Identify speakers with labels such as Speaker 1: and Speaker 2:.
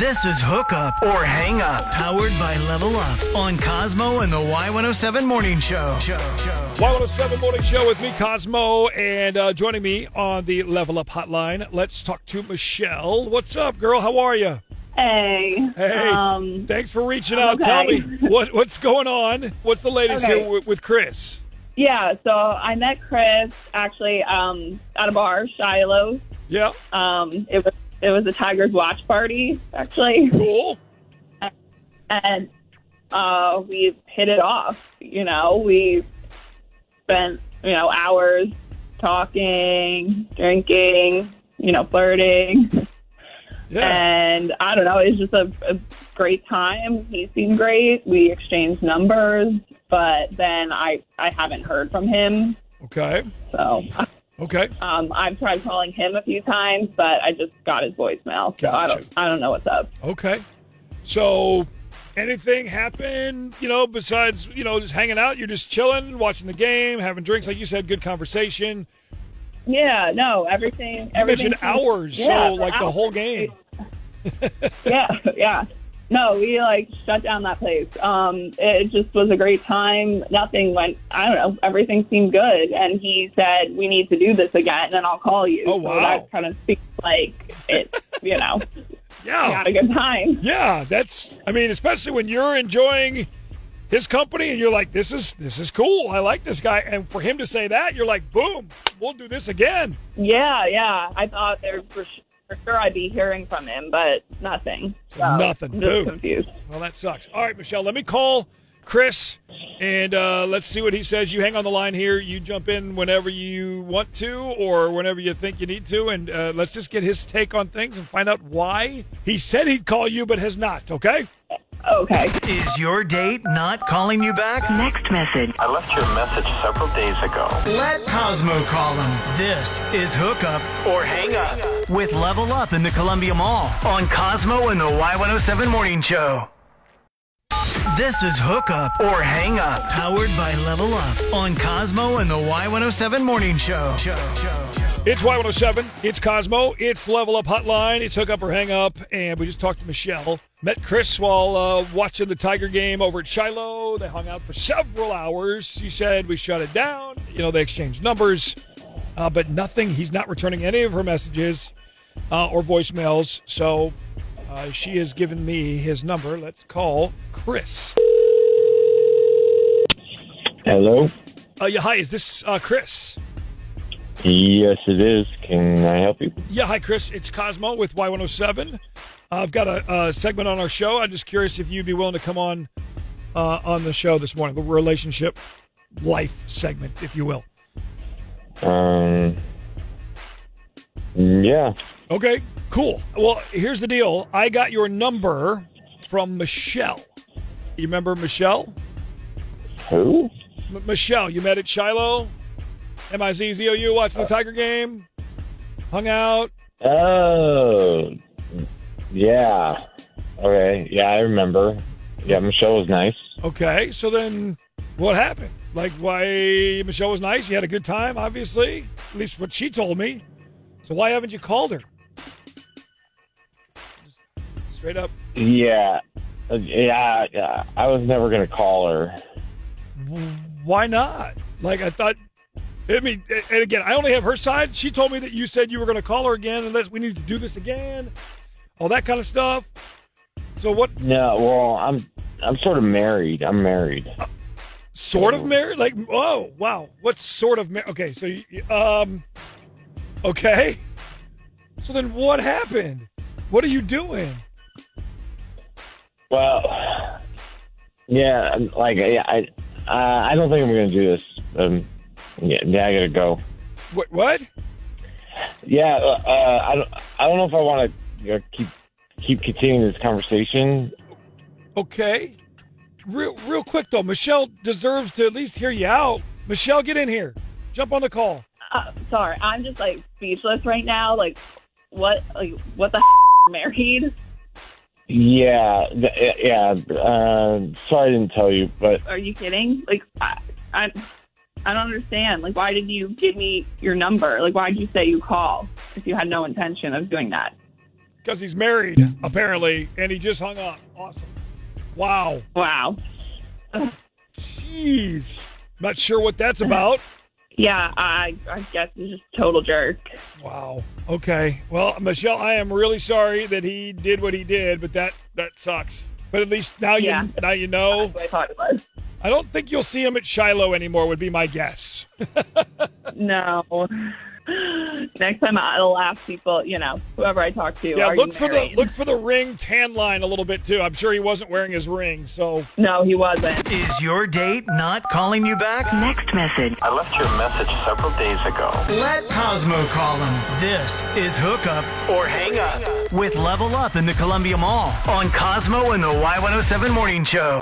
Speaker 1: This is Hook Up or Hang Up, powered by Level Up on Cosmo and the Y107 Morning Show. Show, show.
Speaker 2: Y107 Morning Show with me, Cosmo, and uh, joining me on the Level Up Hotline, let's talk to Michelle. What's up, girl? How are you?
Speaker 3: Hey.
Speaker 2: Hey,
Speaker 3: Um,
Speaker 2: thanks for reaching
Speaker 3: I'm
Speaker 2: out. Tell me
Speaker 3: okay.
Speaker 2: what what's going on. What's the latest
Speaker 3: Okay.
Speaker 2: here with, with Chris?
Speaker 3: yeah, so I met Chris actually um, at a bar, Shiloh.
Speaker 2: Yeah,
Speaker 3: Um, it was it was a Tigers watch party actually,
Speaker 2: cool.
Speaker 3: and uh, we hit it off. You know, we spent you know hours talking, drinking, you know, flirting,
Speaker 2: Yeah,
Speaker 3: and I don't know. It was just a, a great time. He seemed great. We exchanged numbers, but then I I haven't heard from him
Speaker 2: okay,
Speaker 3: So
Speaker 2: okay.
Speaker 3: um, I've tried calling him a few times, but I just got his voicemail. So I
Speaker 2: Gotcha.
Speaker 3: don't I don't know what's up.
Speaker 2: Okay. So, anything happen, you know, besides, you know, just hanging out? You're just chilling, watching the game, having drinks. Like you said, good conversation.
Speaker 3: Yeah, no, everything.
Speaker 2: You
Speaker 3: everything
Speaker 2: mentioned hours,
Speaker 3: yeah,
Speaker 2: so like the
Speaker 3: hours.
Speaker 2: whole game.
Speaker 3: yeah, yeah. No, we like shut down that place. Um, it just was a great time. Nothing went. I don't know. Everything seemed good, and he said we need to do this again, and I'll call you.
Speaker 2: Oh,
Speaker 3: So
Speaker 2: wow.
Speaker 3: that kind of speaks like it. You know, we
Speaker 2: Yeah.
Speaker 3: had a good time.
Speaker 2: Yeah. That's, I mean, especially when you're enjoying his company and you're like, this is, this is cool. I like this guy. And for him to say that, you're like, boom, we'll do this again.
Speaker 3: Yeah, yeah. I thought there for, su- for sure I'd be hearing from him, but nothing. So
Speaker 2: nothing.
Speaker 3: I'm just
Speaker 2: Boom.
Speaker 3: confused.
Speaker 2: Well, that sucks. All right, Michelle, let me call Chris and uh, let's see what he says. You hang on the line here. You jump in whenever you want to or whenever you think you need to. And uh, let's just get his take on things and find out why he said he'd call you but has not, okay?
Speaker 3: Okay.
Speaker 1: Is your date not calling you back?
Speaker 4: Next message.
Speaker 5: I left you a message several days ago.
Speaker 1: Let Cosmo call him. This is Hook Up or Hang Up with Level Up in the Columbia Mall on Cosmo and the Y107 Morning Show. This is Hook Up or Hang Up, powered by Level Up on Cosmo and the Y107 Morning Show. Show, show, show.
Speaker 2: It's Y107, it's Cosmo, it's Level Up Hotline, it's Hook Up or Hang Up. And we just talked to Michelle. Met Chris while uh, watching the Tiger game over at Shiloh. They hung out for several hours. She said, We shut it down. You know, they exchanged numbers. uh, but nothing. He's not returning any of her messages uh, or voicemails. So uh, she has given me his number. Let's call Chris.
Speaker 6: Hello.
Speaker 2: Uh, yeah, hi. Is this uh, Chris?
Speaker 6: Yes, it is. Can I help you?
Speaker 2: Yeah, hi, Chris. It's Cosmo with Y107. Uh, I've got a, uh segment on our show. I'm just curious if you'd be willing to come on uh, on the show this morning, the relationship life segment, if you will.
Speaker 6: Um. Yeah.
Speaker 2: Okay, cool. Well, here's the deal. I got your number from Michelle. You remember Michelle?
Speaker 6: Who?
Speaker 2: M- Michelle, you met at Shiloh, M I Z Z O U, watching the Tiger game, hung out.
Speaker 6: Oh. Yeah. Okay. Yeah, I remember. Yeah, Michelle was nice.
Speaker 2: Okay, so then what happened? Like, why Michelle was nice? You had a good time, obviously. At least what she told me. So why haven't you called her? Just straight up.
Speaker 6: Yeah. Uh, Yeah. yeah. I was never gonna call her.
Speaker 2: why not? Like I thought. I mean, and again, I only have her side. She told me that you said you were going to call her again, and that we need to do this again, all that kind of stuff. So what?
Speaker 6: No. Well, I'm. I'm sort of married. I'm married.
Speaker 2: Sort of married? Like, oh wow, what sort of marriage? Okay, so you- you- um, okay. So then, what happened? What are you doing?
Speaker 6: Well. Yeah. I'm- Like yeah, I. Uh, I don't think I'm gonna do this. Um. Yeah. Yeah. I gotta go.
Speaker 2: What? What?
Speaker 6: Yeah, uh, uh, I don't. I don't know if I want to you know, keep keep continuing this conversation.
Speaker 2: Okay. Real, real quick though, Michelle deserves to at least hear you out. Michelle, get in here. Jump on the call.
Speaker 3: Uh, sorry, I'm just like speechless right now. Like, what? Like, what the? married?
Speaker 6: Yeah, th- yeah. Uh, sorry, I didn't tell you, but
Speaker 3: Are you kidding? Like, I, I, I don't understand. Like, why did you give me your number? Like, why did you say you call if you had no intention of doing that?
Speaker 2: because he's married, apparently, and he just hung up. Awesome. Wow.
Speaker 3: Wow.
Speaker 2: Jeez. Not sure what that's about.
Speaker 3: Yeah, I, I guess he's just a total jerk.
Speaker 2: Wow. Okay. Well, Michelle, I am really sorry that he did what he did, but that that sucks. But at least now you
Speaker 3: Yeah.
Speaker 2: now you know.
Speaker 3: That's what I thought it was.
Speaker 2: I don't think you'll see him at Shiloh anymore. Would be my guess.
Speaker 3: No. Next time I'll ask people, you know, whoever I talk to.
Speaker 2: yeah.
Speaker 3: "Are
Speaker 2: Look
Speaker 3: you
Speaker 2: for the
Speaker 3: married?"
Speaker 2: look for the ring tan line a little bit too. I'm sure he wasn't wearing his ring. So
Speaker 3: No, he wasn't.
Speaker 1: Is your date not calling you back?
Speaker 4: Next message.
Speaker 5: I left your message several days ago.
Speaker 1: Let Cosmo call him. This is Hookup or Hang Up with Level Up in the Columbia Mall on Cosmo and the Y107 Morning Show.